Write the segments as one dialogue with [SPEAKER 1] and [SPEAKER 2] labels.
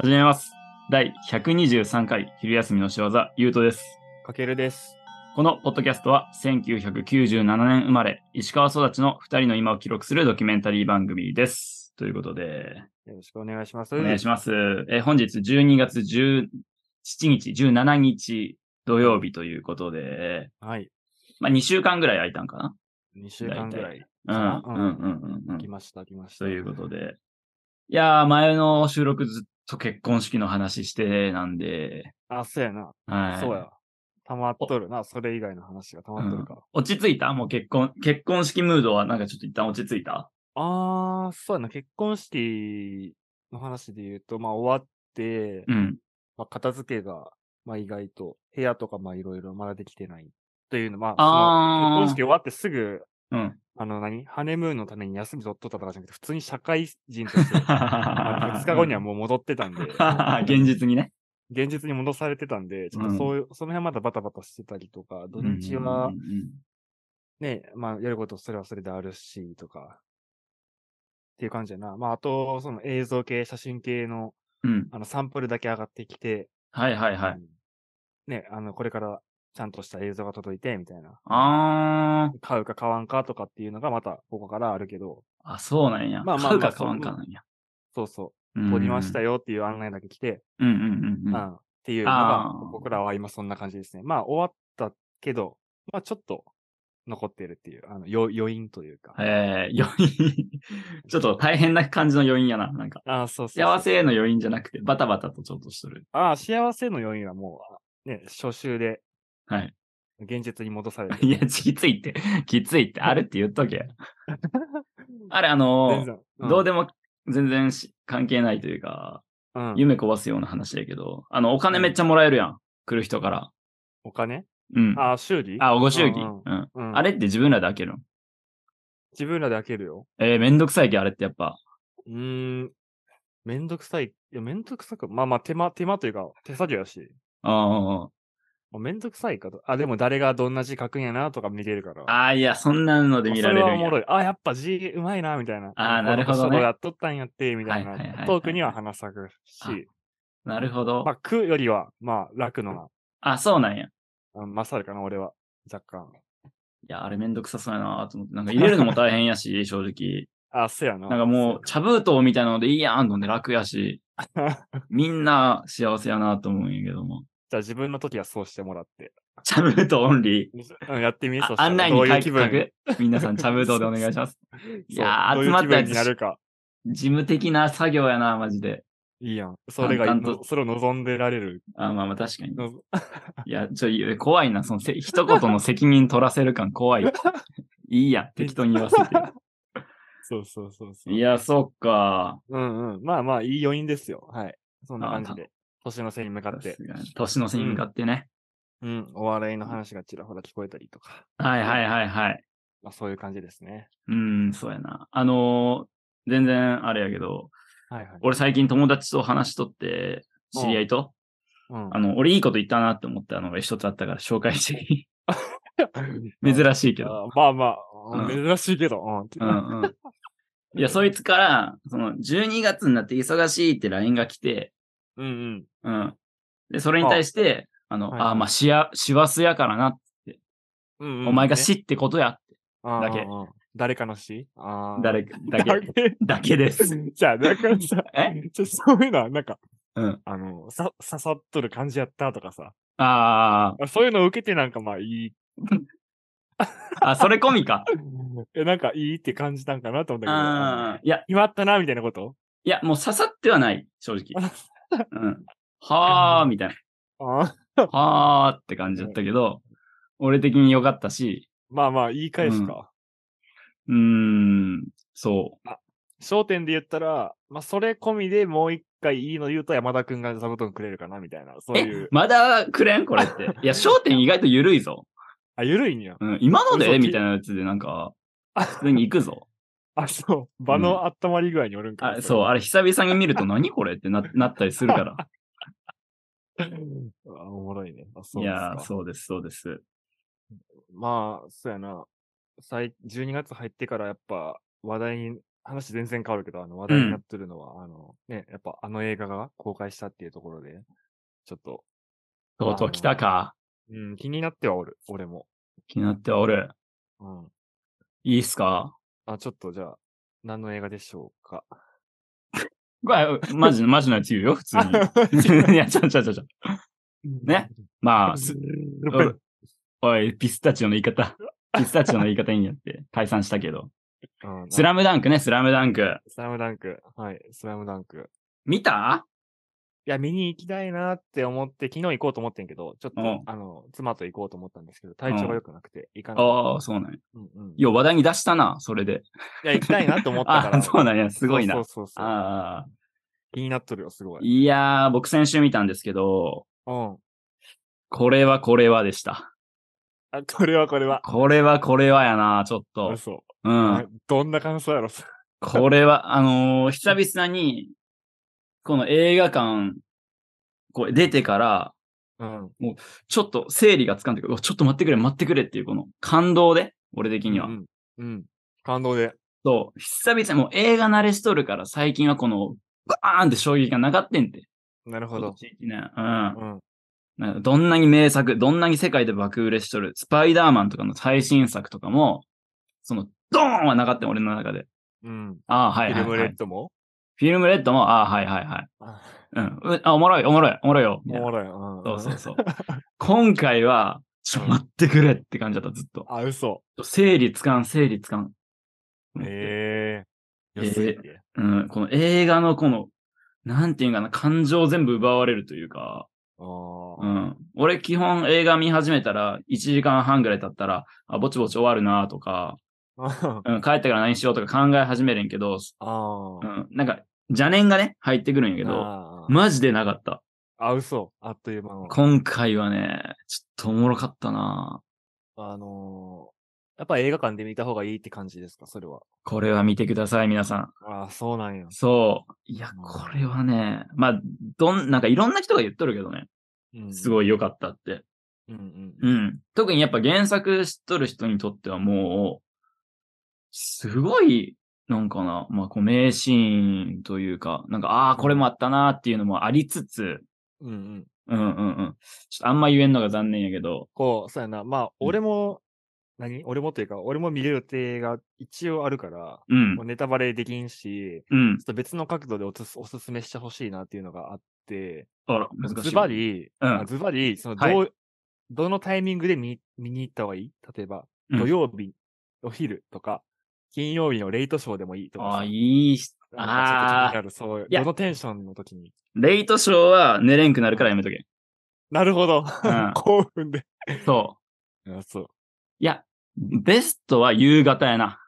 [SPEAKER 1] 始めます。第123回昼休みの仕業、ゆうとです。
[SPEAKER 2] かけるです。
[SPEAKER 1] このポッドキャストは1997年生まれ、石川育ちの2人の今を記録するドキュメンタリー番組です。ということで、
[SPEAKER 2] よろしくお願いします。
[SPEAKER 1] お願いします。えー本日12月17日、17日土曜日ということで、
[SPEAKER 2] はい。
[SPEAKER 1] まあ2週間ぐらい空いたんか
[SPEAKER 2] 2週間ぐらい
[SPEAKER 1] なうん、
[SPEAKER 2] う
[SPEAKER 1] うんん、うん、うん。うん
[SPEAKER 2] 来ました、来ました。
[SPEAKER 1] ということで。いやー、前の収録ずっと結婚式の話してなんで、
[SPEAKER 2] あ、そうやな。
[SPEAKER 1] はい。
[SPEAKER 2] そうや。たまっとるな。それ以外の話がたまっとるか。
[SPEAKER 1] 落ち着いたもう結婚、結婚式ムードはなんかちょっと一旦落ち着いた
[SPEAKER 2] あー、そうやな。結婚式の話で言うと、まあ終わって、
[SPEAKER 1] うん。
[SPEAKER 2] まあ、片付けが、まあ意外と、部屋とかまあいろいろまだできてない。というの、まあ、そ
[SPEAKER 1] あー
[SPEAKER 2] の結婚式終わってすぐ、
[SPEAKER 1] うん。
[SPEAKER 2] あの何、ハネムーンのために休み取っとったとかじゃなくて、普通に社会人として、まあ2日後にはもう戻ってたんで。
[SPEAKER 1] 現実にね。
[SPEAKER 2] 現実に戻されてたんで、ちょっ
[SPEAKER 1] うん
[SPEAKER 2] とそういう、その辺まだバタバタしてたりとか、土日は
[SPEAKER 1] うんうんうん
[SPEAKER 2] ね、まあやることそれはそれであるし、とか、っていう感じやな。まああと、その映像系、写真系の、
[SPEAKER 1] うん。うん。
[SPEAKER 2] あのサンプルだけ上がってきて、
[SPEAKER 1] はいはいはい。
[SPEAKER 2] うんね、あの、これからちゃんとした映像が届いて、みたいな。
[SPEAKER 1] あ
[SPEAKER 2] 買うか買わんかとかっていうのがまたここからあるけど、
[SPEAKER 1] ー。あ、そうなんや。
[SPEAKER 2] まあまあ
[SPEAKER 1] 買う
[SPEAKER 2] ま
[SPEAKER 1] か
[SPEAKER 2] あ
[SPEAKER 1] 買わんかなんや。
[SPEAKER 2] そうそ
[SPEAKER 1] うん
[SPEAKER 2] う、撮りましたよっていう案内だけ来て、
[SPEAKER 1] うんうんうん
[SPEAKER 2] う
[SPEAKER 1] うん。
[SPEAKER 2] ん、っていうのが
[SPEAKER 1] あー、
[SPEAKER 2] 僕らは今そんな感じですね。まあ、終わったけど、まあ、ちょっと残ってるっていう、あの、よ余韻というか。
[SPEAKER 1] えー、余韻。 ちょっと大変な感じの余韻やな。なんか、
[SPEAKER 2] ああ、そうそうそう
[SPEAKER 1] 幸せへの余韻じゃなくて、バタバタとちょっとしとる。
[SPEAKER 2] ああ、幸せの余韻はもう、ね、初週で
[SPEAKER 1] はい。
[SPEAKER 2] 現実に戻され て。
[SPEAKER 1] いや、きついって、きついって、あるって言っとけ。 あれ、あの
[SPEAKER 2] 全、然、
[SPEAKER 1] どう
[SPEAKER 2] で
[SPEAKER 1] でも全然し関係ないというか、
[SPEAKER 2] も、うん
[SPEAKER 1] 夢壊すような話だけど、あの、お金めっちゃもらえるやん。来る人から。
[SPEAKER 2] お金
[SPEAKER 1] うん。
[SPEAKER 2] ああ、修理
[SPEAKER 1] あ、ご祝儀。
[SPEAKER 2] うん
[SPEAKER 1] うん。
[SPEAKER 2] うん
[SPEAKER 1] あれって自分らで開けるの
[SPEAKER 2] 自分らで開けるよ。
[SPEAKER 1] えー、めんどくさいけど、あれってやっぱ。
[SPEAKER 2] うーん。めんどくさい。いや、めんどくさく。まあまあ、手間、手間というか、手作業やし。
[SPEAKER 1] あ
[SPEAKER 2] もうめんどくさいかと。あ、でも誰がどんな字書くんやなとか見れるから。
[SPEAKER 1] あ、あーいや、そんなので見られる
[SPEAKER 2] そはお
[SPEAKER 1] んや
[SPEAKER 2] もろい。あ、やっぱ字うまいな、みたいな。
[SPEAKER 1] あー
[SPEAKER 2] こ
[SPEAKER 1] なるほどね
[SPEAKER 2] この人やっとったんやって、みたい
[SPEAKER 1] はいはいはいは
[SPEAKER 2] な。
[SPEAKER 1] い
[SPEAKER 2] トークには花咲く
[SPEAKER 1] あ
[SPEAKER 2] し、
[SPEAKER 1] なるほど
[SPEAKER 2] ま。あ、句よりは、まあ、楽のが、
[SPEAKER 1] あ、そうなんや。い
[SPEAKER 2] うんまさるかな、俺は。若干。
[SPEAKER 1] や、あれめんどくさそうやなと思って。なんか入れるのも大変や し、正直。
[SPEAKER 2] あ、せやな。
[SPEAKER 1] なんかもう、
[SPEAKER 2] せ
[SPEAKER 1] 茶封筒みたいなのでいいやんと思って楽や し、
[SPEAKER 2] やな
[SPEAKER 1] みんな幸せやなと思うんやけども。
[SPEAKER 2] じゃあ自分の時はそうしてもらって。
[SPEAKER 1] 茶封筒オンリー。
[SPEAKER 2] うん、やってみ、
[SPEAKER 1] あ
[SPEAKER 2] そしたら
[SPEAKER 1] 案内
[SPEAKER 2] ど
[SPEAKER 1] に
[SPEAKER 2] うい
[SPEAKER 1] 書
[SPEAKER 2] う気
[SPEAKER 1] く
[SPEAKER 2] 分
[SPEAKER 1] 書く。皆さん、茶封筒でお願いします。 いやー
[SPEAKER 2] そうどう
[SPEAKER 1] 集ま
[SPEAKER 2] う
[SPEAKER 1] っ
[SPEAKER 2] 気
[SPEAKER 1] たや
[SPEAKER 2] 分
[SPEAKER 1] つ
[SPEAKER 2] になるか。
[SPEAKER 1] 事務的な作業やな、マジで。
[SPEAKER 2] いいやん。それが
[SPEAKER 1] 淡
[SPEAKER 2] い
[SPEAKER 1] 々
[SPEAKER 2] の、それを望んでられる。
[SPEAKER 1] あまあまあ、確かに。
[SPEAKER 2] の
[SPEAKER 1] いや、ちょ、いや怖いな。そのせ、一言の責任取らせる 感怖い。いいや、適当に言わせて。
[SPEAKER 2] そうそうそうそう。
[SPEAKER 1] いや、そっか。
[SPEAKER 2] うんうん。まあまあ、いい余韻ですよ。はい。そんな感じで。年の瀬に向か
[SPEAKER 1] さ
[SPEAKER 2] って
[SPEAKER 1] す。がに年の瀬に向かってね。
[SPEAKER 2] うん、お笑いの話がちらほら聞こえたりとか、
[SPEAKER 1] はいはいはいはい。
[SPEAKER 2] まあそういう感じですね。
[SPEAKER 1] うん、そうやな。あのー全然あれやけど、
[SPEAKER 2] はいはい。
[SPEAKER 1] 俺最近友達と話しとって、知り合いと、
[SPEAKER 2] うん
[SPEAKER 1] あの、俺いいこと言ったなって思ったのが一つあったから紹介して、 珍しいけど。
[SPEAKER 2] あまあまあ、
[SPEAKER 1] う
[SPEAKER 2] 珍しいけど、うん
[SPEAKER 1] うんうんいや、そいつから、その、12月になって忙しいって LINE が来て、
[SPEAKER 2] うんうん。
[SPEAKER 1] うん。で、それに対して、あの、
[SPEAKER 2] はい
[SPEAKER 1] ああ、まあ、しや、しわすやからな。
[SPEAKER 2] うんうん
[SPEAKER 1] お前が
[SPEAKER 2] ね
[SPEAKER 1] 死ってことや。だけ
[SPEAKER 2] うんうんうん誰かの詩あー
[SPEAKER 1] 誰か、だ
[SPEAKER 2] だ
[SPEAKER 1] け、
[SPEAKER 2] け。
[SPEAKER 1] だけです。
[SPEAKER 2] じゃあ、だからさ、
[SPEAKER 1] え
[SPEAKER 2] ちょそういうのは、なんか、
[SPEAKER 1] うん。
[SPEAKER 2] あの、さ、刺さっとる感じやったとかさ、
[SPEAKER 1] あ
[SPEAKER 2] そういうのを受けてなんかまあいい、
[SPEAKER 1] あ、あ、それ込み か。
[SPEAKER 2] えなんかいいって感じたんかなと思ったけどあの、
[SPEAKER 1] ああ、いや、
[SPEAKER 2] 決まったな、みたいなこと
[SPEAKER 1] いや、もう刺さってはない、正 直。うん。はあ、みたい
[SPEAKER 2] あー
[SPEAKER 1] な。はあって感じだったけど、俺的に良かったし、
[SPEAKER 2] まあまあ、言い返すか。
[SPEAKER 1] うーん、そう。
[SPEAKER 2] 焦点で言ったら、まあ、それ込みでもう一回いいの言うと山田くんが座布団くれるかなみたいな、そういう。
[SPEAKER 1] まだくれんこれって。いや、焦点意外と緩いぞ。
[SPEAKER 2] あ、ゆるいんや。
[SPEAKER 1] うん、今の
[SPEAKER 2] 嘘
[SPEAKER 1] で
[SPEAKER 2] き
[SPEAKER 1] みたいなやつでなんか、普通に行くぞ。
[SPEAKER 2] あ、そう。場の温まり具合におるんか な、
[SPEAKER 1] あそう、あれ久々に見ると何これって ななったりするから。
[SPEAKER 2] れ。あおもろいね。あ、そう
[SPEAKER 1] い
[SPEAKER 2] です
[SPEAKER 1] や
[SPEAKER 2] か
[SPEAKER 1] ー、。そうです、そうです。
[SPEAKER 2] まあ、そうやな。最、12月入ってからやっぱ話題に話全然変わるけど、あの、話題になってるのは、あの、ね、やっぱあの映画が公開したっていうところで、ちょっと、
[SPEAKER 1] とうとう来たか。
[SPEAKER 2] うん、気になってはおる、俺も。
[SPEAKER 1] 気になってはおる。
[SPEAKER 2] うん。
[SPEAKER 1] いいっすか
[SPEAKER 2] あ、ちょっとじゃあ、何の映画でしょうか。
[SPEAKER 1] こ れ、マジの、マジのやつ言うよ、普通 に。いや、ちゃうちゃうちゃうちゃう。ね。 まあ、すおい、ピスタチオの言い方。ピスタチオの言い方いいんや って。解散したけど。
[SPEAKER 2] うん
[SPEAKER 1] スラムダンクね、スラムダンク。
[SPEAKER 2] スラムダンク。はい、スラムダンク。
[SPEAKER 1] 見た
[SPEAKER 2] いや、見に行きたいなって思って、昨日行こうと思ってんけど、ちょっと、
[SPEAKER 1] うん
[SPEAKER 2] あの、妻と行こうと思ったんですけど、体調が良くなくて、行かなか
[SPEAKER 1] ああ、
[SPEAKER 2] った。
[SPEAKER 1] そうなんや。
[SPEAKER 2] うんうん、い
[SPEAKER 1] よう話題に出したな、それで。
[SPEAKER 2] や、行きたいなと思ったか
[SPEAKER 1] あ
[SPEAKER 2] ら。
[SPEAKER 1] そうなんや、すごいな。
[SPEAKER 2] そうそうそうそう。
[SPEAKER 1] ああ。
[SPEAKER 2] 気になっとるよ、すごい。
[SPEAKER 1] いやー、僕先週見たんですけど、
[SPEAKER 2] うん。
[SPEAKER 1] これはこれはでした。
[SPEAKER 2] あ、これはこれは。
[SPEAKER 1] これはこれはやな、ちょっと。
[SPEAKER 2] 嘘。
[SPEAKER 1] う
[SPEAKER 2] あ
[SPEAKER 1] ん。
[SPEAKER 2] どんな感想やろ、そ れ
[SPEAKER 1] これは、あのー久々に、この映画館、こう出てから、
[SPEAKER 2] うん。
[SPEAKER 1] ちょっと整理がつかんでくる。うわちょっと待ってくれ、待ってくれっていう、この感動で、俺的には。
[SPEAKER 2] うん。うん。感動で。
[SPEAKER 1] そう、久々にもう映画慣れしとるから、最近はこの、バーンって衝撃がなかってんて。
[SPEAKER 2] なるほ
[SPEAKER 1] 今
[SPEAKER 2] ど。
[SPEAKER 1] 年一年うん。
[SPEAKER 2] うん。
[SPEAKER 1] なんかどんなに名作、どんなに世界で爆売れしとる、スパイダーマンとかの最新作とかも、その、ドーンはなかったよ俺の中で。
[SPEAKER 2] うん。
[SPEAKER 1] ああ、はい
[SPEAKER 2] フ
[SPEAKER 1] は
[SPEAKER 2] ィ
[SPEAKER 1] い、
[SPEAKER 2] ル
[SPEAKER 1] は
[SPEAKER 2] ムレ
[SPEAKER 1] い
[SPEAKER 2] ッ。ドも
[SPEAKER 1] フィルムレッドも、ああ、はいはいはい。
[SPEAKER 2] あ
[SPEAKER 1] うん。うあ、おもろい、おもろい、おもろいよ。
[SPEAKER 2] お
[SPEAKER 1] みたいな
[SPEAKER 2] もろい。うん。。
[SPEAKER 1] そうそううんそう。今回は、ちょ、待ってくれって感じだった、ずっと。
[SPEAKER 2] あ、嘘。
[SPEAKER 1] 整理つかん、整理つかん。
[SPEAKER 2] へ
[SPEAKER 1] え
[SPEAKER 2] え。
[SPEAKER 1] ー
[SPEAKER 2] 良すぎて
[SPEAKER 1] うん、この映画のこの、なんていうんかな、感情全部奪われるというか、
[SPEAKER 2] あ
[SPEAKER 1] う
[SPEAKER 2] ー
[SPEAKER 1] ん。俺基本映画見始めたら、1時間半ぐらい経ったら、あ、ぼちぼち終わるなとか、
[SPEAKER 2] あ。
[SPEAKER 1] うん、帰ってから何しようとか考え始めるんやけど、う
[SPEAKER 2] あ あ。
[SPEAKER 1] ん、なんか邪念がね、入ってくるんやけど、
[SPEAKER 2] あー
[SPEAKER 1] マジでなかった。
[SPEAKER 2] あ、嘘。あっという間の。
[SPEAKER 1] 今回はね、ちょっとおもろかったな
[SPEAKER 2] あのー、やっぱ映画館で見た方がいいって感じですか、それは。
[SPEAKER 1] これは見てください、皆さん。
[SPEAKER 2] ああ、そうなんや。
[SPEAKER 1] そう。いや、これはね、まあ、どん、なんかいろんな人が言っとるけどね、
[SPEAKER 2] うん
[SPEAKER 1] すごい良かったって。
[SPEAKER 2] うんうん
[SPEAKER 1] う。ん。特にやっぱ原作知っとる人にとってはもう、すごい、なんかな、まあ、こう名シーンというか、なんか、ああ、これもあったなっていうのもありつつ、
[SPEAKER 2] うんうん。
[SPEAKER 1] うんうんうん。ちょっとあんま言えんのが残念やけど。
[SPEAKER 2] こう、そうやな。まあ、俺も、何俺もというか、俺も見れる予定が一応あるから、
[SPEAKER 1] うん
[SPEAKER 2] もう。ネタバレできんし、
[SPEAKER 1] うん
[SPEAKER 2] ちょ。っと別の角度でおつすおすすめしてほしいなっていうのがあって、
[SPEAKER 1] あら、難しい。
[SPEAKER 2] ズバ。リ、
[SPEAKER 1] う
[SPEAKER 2] あ
[SPEAKER 1] ん。
[SPEAKER 2] ズバリ、そのど、
[SPEAKER 1] はいう
[SPEAKER 2] どのタイミングで見見に行った方がいい例えば、
[SPEAKER 1] うん
[SPEAKER 2] 土曜日、お昼とか、金曜日のレイトショーでもいいとか
[SPEAKER 1] あ
[SPEAKER 2] さ。
[SPEAKER 1] あ、いいし。
[SPEAKER 2] なんか
[SPEAKER 1] あ
[SPEAKER 2] ちょ
[SPEAKER 1] あ、
[SPEAKER 2] っと気になるそう、
[SPEAKER 1] いや
[SPEAKER 2] どのテンションの時に。
[SPEAKER 1] レイトショーは寝れんくなるからやめとけ。
[SPEAKER 2] なるほど。
[SPEAKER 1] ん
[SPEAKER 2] 興奮で。
[SPEAKER 1] そう。
[SPEAKER 2] あそう。
[SPEAKER 1] いや、ベストは夕方やな。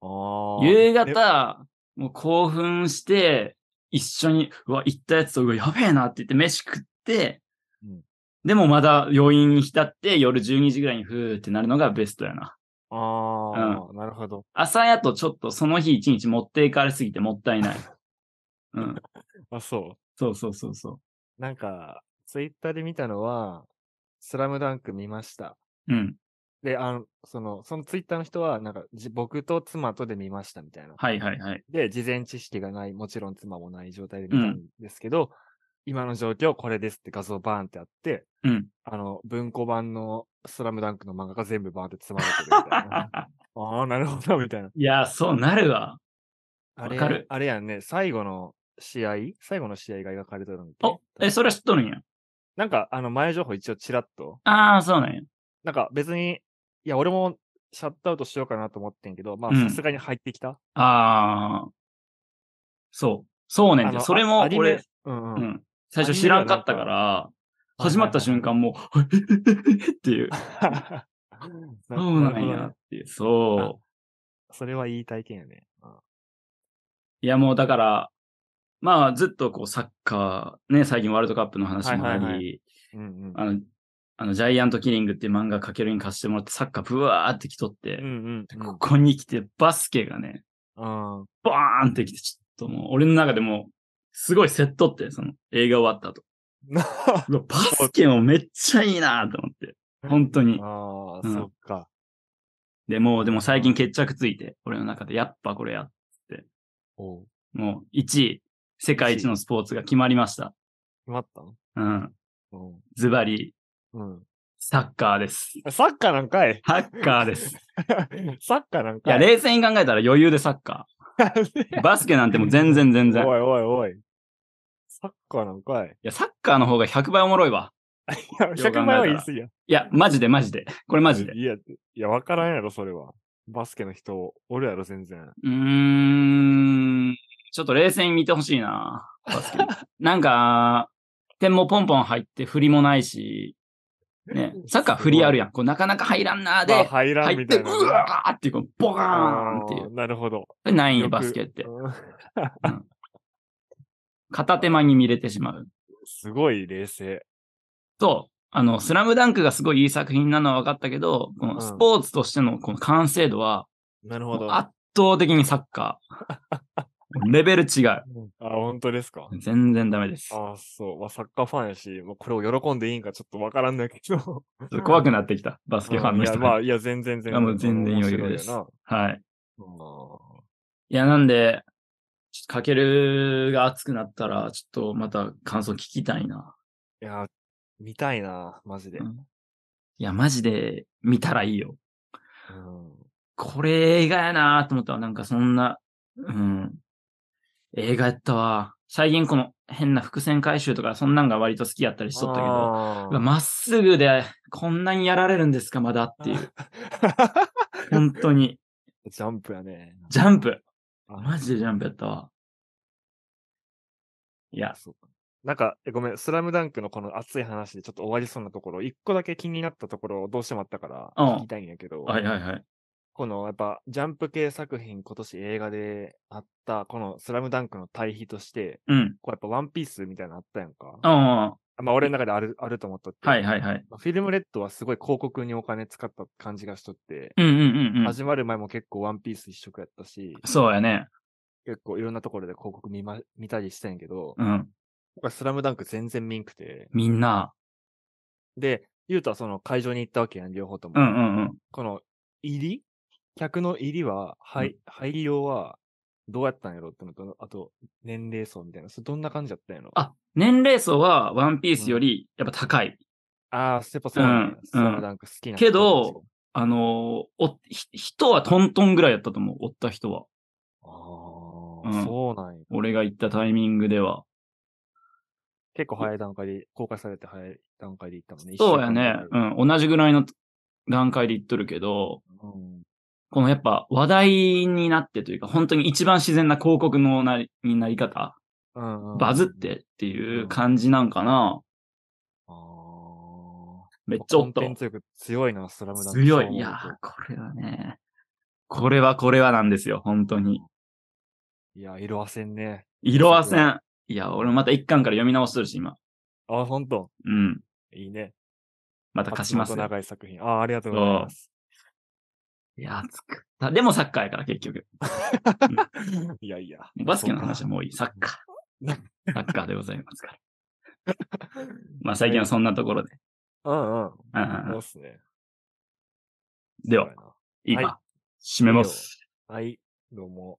[SPEAKER 2] あー
[SPEAKER 1] 夕
[SPEAKER 2] え
[SPEAKER 1] 方、もう興奮して、一緒に、うわ、行ったやつと、うわ、やべえなって言って飯食って、
[SPEAKER 2] うん
[SPEAKER 1] でもまだ余韻に浸って夜12時ぐらいにふーってなるのがベストやな。
[SPEAKER 2] あー、なるほど。
[SPEAKER 1] 朝やとちょっとその日一日持っていかれすぎてもったい ない。うん。
[SPEAKER 2] あ、そ。
[SPEAKER 1] そうそうそうそう
[SPEAKER 2] なんか、ツイッターで見たのは、スラムダンク見ました。
[SPEAKER 1] う。うん。
[SPEAKER 2] で、あの、その、そのツイッターの人は、なんか、じ僕と妻とで見ましたみたいな。
[SPEAKER 1] はいはい はい。
[SPEAKER 2] で、事前知識がない、もちろん妻もない状態で見たんですけど、今の状況これですって画像バーンってあって、
[SPEAKER 1] うん。
[SPEAKER 2] あの、文庫版のスラムダンクの漫画が全部バーンって積まれてるみたい な。ああ、なるほど、みたいな。
[SPEAKER 1] いや、そうなるわ。
[SPEAKER 2] あれ
[SPEAKER 1] わかる
[SPEAKER 2] あれやんね、最後の試合最後の試合が描かれてるん
[SPEAKER 1] お、え、それは知っとるんや。
[SPEAKER 2] なんか、あの、前情報一応チラッと。
[SPEAKER 1] ああ、そうなんや。
[SPEAKER 2] なんか別に、いや、俺もシャットアウトしようかなと思ってんけど、まあ、
[SPEAKER 1] うん
[SPEAKER 2] さすがに入ってきた。
[SPEAKER 1] ああ。そう。そうねん
[SPEAKER 2] あ
[SPEAKER 1] て。
[SPEAKER 2] の
[SPEAKER 1] それも
[SPEAKER 2] あアニメ
[SPEAKER 1] 俺、
[SPEAKER 2] うんう。
[SPEAKER 1] うん ん。最初知らんかったから、
[SPEAKER 2] アニメはなんか
[SPEAKER 1] 始まった瞬間もう、 って いう。
[SPEAKER 2] そ
[SPEAKER 1] そうなんやっていう。そう。
[SPEAKER 2] それはいい体験やね。うん
[SPEAKER 1] いやもうだから、まあずっとこうサッカー、ね、最近ワールドカップの話もあり、
[SPEAKER 2] はいはいはうんうん。
[SPEAKER 1] あの、あの、ジャイアントキリングっていう漫画かけるに貸してもらって、サッカーブワーって来とって、
[SPEAKER 2] うんうん
[SPEAKER 1] ここに来てバスケがね、
[SPEAKER 2] うん。うん
[SPEAKER 1] バーンって来て、ちょっともう、俺の中でもう、すごいセットって、その映画終わった後。 うわバスケもめっちゃいいなと思って。本当に。
[SPEAKER 2] ああ、
[SPEAKER 1] うん
[SPEAKER 2] そっか。
[SPEAKER 1] でもう、でも最近決着ついて、俺の中で、やっぱこれやっつって。
[SPEAKER 2] おう
[SPEAKER 1] もう、1位、世界一のスポーツが決まりました。
[SPEAKER 2] 決まったの
[SPEAKER 1] うん。
[SPEAKER 2] お
[SPEAKER 1] ズバリ、
[SPEAKER 2] ううん。
[SPEAKER 1] サッカーです。
[SPEAKER 2] サッカーなんかい
[SPEAKER 1] サッカーです。
[SPEAKER 2] サッカーなん
[SPEAKER 1] いや、
[SPEAKER 2] かい。
[SPEAKER 1] 冷静に考えたら余裕でサッカ ー。バスケなんてもう全然全然。い
[SPEAKER 2] おいおいおい。サッカーなんかい。
[SPEAKER 1] や、サッカーの方が100倍おもろいわ。
[SPEAKER 2] いや、
[SPEAKER 1] よく考えた
[SPEAKER 2] 100
[SPEAKER 1] ら
[SPEAKER 2] 万は言い過ぎや。
[SPEAKER 1] いや、マジでマジで。これマジで。
[SPEAKER 2] いや、いや、わからんやろ、それは。バスケの人、おるやろ、全然。
[SPEAKER 1] うーん。ちょっと冷静に見てほしいな。バ スケなんか、点もポンポン入って振りもないし、 ね、サッカー振りあるやん。こうなかなか入らんなーで、
[SPEAKER 2] まあ、入らん
[SPEAKER 1] 入っ
[SPEAKER 2] みた
[SPEAKER 1] て、
[SPEAKER 2] いなね。
[SPEAKER 1] うわーっていう、こうボカーンっ
[SPEAKER 2] あー
[SPEAKER 1] ていう。
[SPEAKER 2] なるほど。
[SPEAKER 1] これないんよ、
[SPEAKER 2] よく
[SPEAKER 1] バスケって。
[SPEAKER 2] うん
[SPEAKER 1] 片手間に見れてしまう。
[SPEAKER 2] すごい冷静。
[SPEAKER 1] と、あの、スラムダンクがすごいいい作品なのは分かったけど、こ
[SPEAKER 2] うん
[SPEAKER 1] のスポーツとしてのこの完成度は、
[SPEAKER 2] なる
[SPEAKER 1] も
[SPEAKER 2] ほ
[SPEAKER 1] う
[SPEAKER 2] ど。
[SPEAKER 1] 圧倒的にサッカー。レベル違う。
[SPEAKER 2] うんあ、本当ですか。
[SPEAKER 1] 全然ダメです。
[SPEAKER 2] あ、そう。まあ、サッカーファンやし、まあ、これを喜んでいいんかちょっとわからんだけ ど。
[SPEAKER 1] ちょっと怖くなってきた、バスケファンの
[SPEAKER 2] いや、
[SPEAKER 1] 人
[SPEAKER 2] ま
[SPEAKER 1] が。
[SPEAKER 2] あ、いや、全然全
[SPEAKER 1] いや
[SPEAKER 2] 然。
[SPEAKER 1] もう全然余裕です
[SPEAKER 2] 面白
[SPEAKER 1] はい。
[SPEAKER 2] いよな。
[SPEAKER 1] いや、なんで、ちょっとかけるが熱くなったら、ちょっとまた感想聞きたいな。
[SPEAKER 2] いや、見たいな、マジで。
[SPEAKER 1] うんいや、マジで見たらいいよ。
[SPEAKER 2] うん
[SPEAKER 1] これ映画やなと思ったわ。なんかそんな、うん。映画やったわ。最近この変な伏線回収とか、そんなんが割と好きやったりしとったけど、
[SPEAKER 2] あ
[SPEAKER 1] うわ
[SPEAKER 2] ー
[SPEAKER 1] まっすぐでこんなにやられるんですか、まだって いう。本当に。
[SPEAKER 2] ジャンプやね。
[SPEAKER 1] ジャンプ。
[SPEAKER 2] あ
[SPEAKER 1] マジでジャンプやったわ。いや、
[SPEAKER 2] そうかなんか、えごめん、スラムダンクのこの熱い話でちょっと終わりそうなところ、一個だけ気になったところをどうしてもあったから、
[SPEAKER 1] うん
[SPEAKER 2] 聞きたいんやけど、
[SPEAKER 1] はいはいはい。
[SPEAKER 2] このやっぱ、ジャンプ系作品、今年映画であった、このスラムダンクの対比として、
[SPEAKER 1] うん。
[SPEAKER 2] こうやっぱワンピースみたいなのあったやんか。
[SPEAKER 1] あ
[SPEAKER 2] まあ、俺の中である、あると思ったって。
[SPEAKER 1] はいはいはい。
[SPEAKER 2] まあフィルムレッドはすごい広告にお金使った感じがしとって、
[SPEAKER 1] うんうんうんうん。
[SPEAKER 2] 始まる前も結構ワンピース一色やったし、
[SPEAKER 1] そうやね。
[SPEAKER 2] 結構いろんなところで広告見,、ま、見たりしてんやけど、
[SPEAKER 1] うん。
[SPEAKER 2] 僕はスラムダンク全然見んくて、
[SPEAKER 1] みんな。
[SPEAKER 2] で、ゆうとはその会場に行ったわけやん、両方とも。
[SPEAKER 1] うんうんうん。
[SPEAKER 2] この入り客の入りは、はい、入りようは、どうやったんやろってのと、あと、年齢層みたいな。それどんな感じだったんやろ
[SPEAKER 1] あ年齢層はワンピースよりやっぱ高い。
[SPEAKER 2] あー、やっぱそうなんや
[SPEAKER 1] うん
[SPEAKER 2] スラムダンク好きな人
[SPEAKER 1] けど、あのーお、ひ人はトントンぐらいやったと思う。おった人は。
[SPEAKER 2] ああ、
[SPEAKER 1] うん
[SPEAKER 2] そうなんや。
[SPEAKER 1] 俺が行ったタイミングでは。
[SPEAKER 2] 結構早い段階で、公開されて早い段階で行ったもんね。
[SPEAKER 1] そうやね。
[SPEAKER 2] う。
[SPEAKER 1] うんん。同じぐらいの段階で行っとるけど、
[SPEAKER 2] うん、
[SPEAKER 1] このやっぱ話題になってというか、本当に一番自然な広告のなり、になり方、
[SPEAKER 2] うんうん
[SPEAKER 1] バズってっていう感じなんかな。
[SPEAKER 2] あー
[SPEAKER 1] めっちゃおっ
[SPEAKER 2] コ
[SPEAKER 1] た
[SPEAKER 2] ン
[SPEAKER 1] わ
[SPEAKER 2] テンツ力強いな、スラムダンク。
[SPEAKER 1] 強
[SPEAKER 2] そう
[SPEAKER 1] い。い
[SPEAKER 2] 思う
[SPEAKER 1] や
[SPEAKER 2] と
[SPEAKER 1] ー、これはね、これはこれはなんですよ、本当に。
[SPEAKER 2] いや、色あせんね。
[SPEAKER 1] 色あせん。いや、俺また一巻から読み直しとるし、今。
[SPEAKER 2] あ、ほんと。
[SPEAKER 1] うん。
[SPEAKER 2] いいね。
[SPEAKER 1] また貸します
[SPEAKER 2] 松
[SPEAKER 1] よ。
[SPEAKER 2] 本長い作品。あ、ありがとうございます。
[SPEAKER 1] いや、熱くった。でもサッカーやから、結局。
[SPEAKER 2] いやいや。
[SPEAKER 1] バスケの話はもういい。サ
[SPEAKER 2] そ
[SPEAKER 1] ッ
[SPEAKER 2] うか
[SPEAKER 1] カー。サッカーでござい ますから。まあ、最近はそんなところで。
[SPEAKER 2] うんうん。
[SPEAKER 1] うんうん
[SPEAKER 2] そううんっすね。
[SPEAKER 1] では、
[SPEAKER 2] そうや
[SPEAKER 1] いい
[SPEAKER 2] は
[SPEAKER 1] か。締めます。
[SPEAKER 2] な。はい、どうも。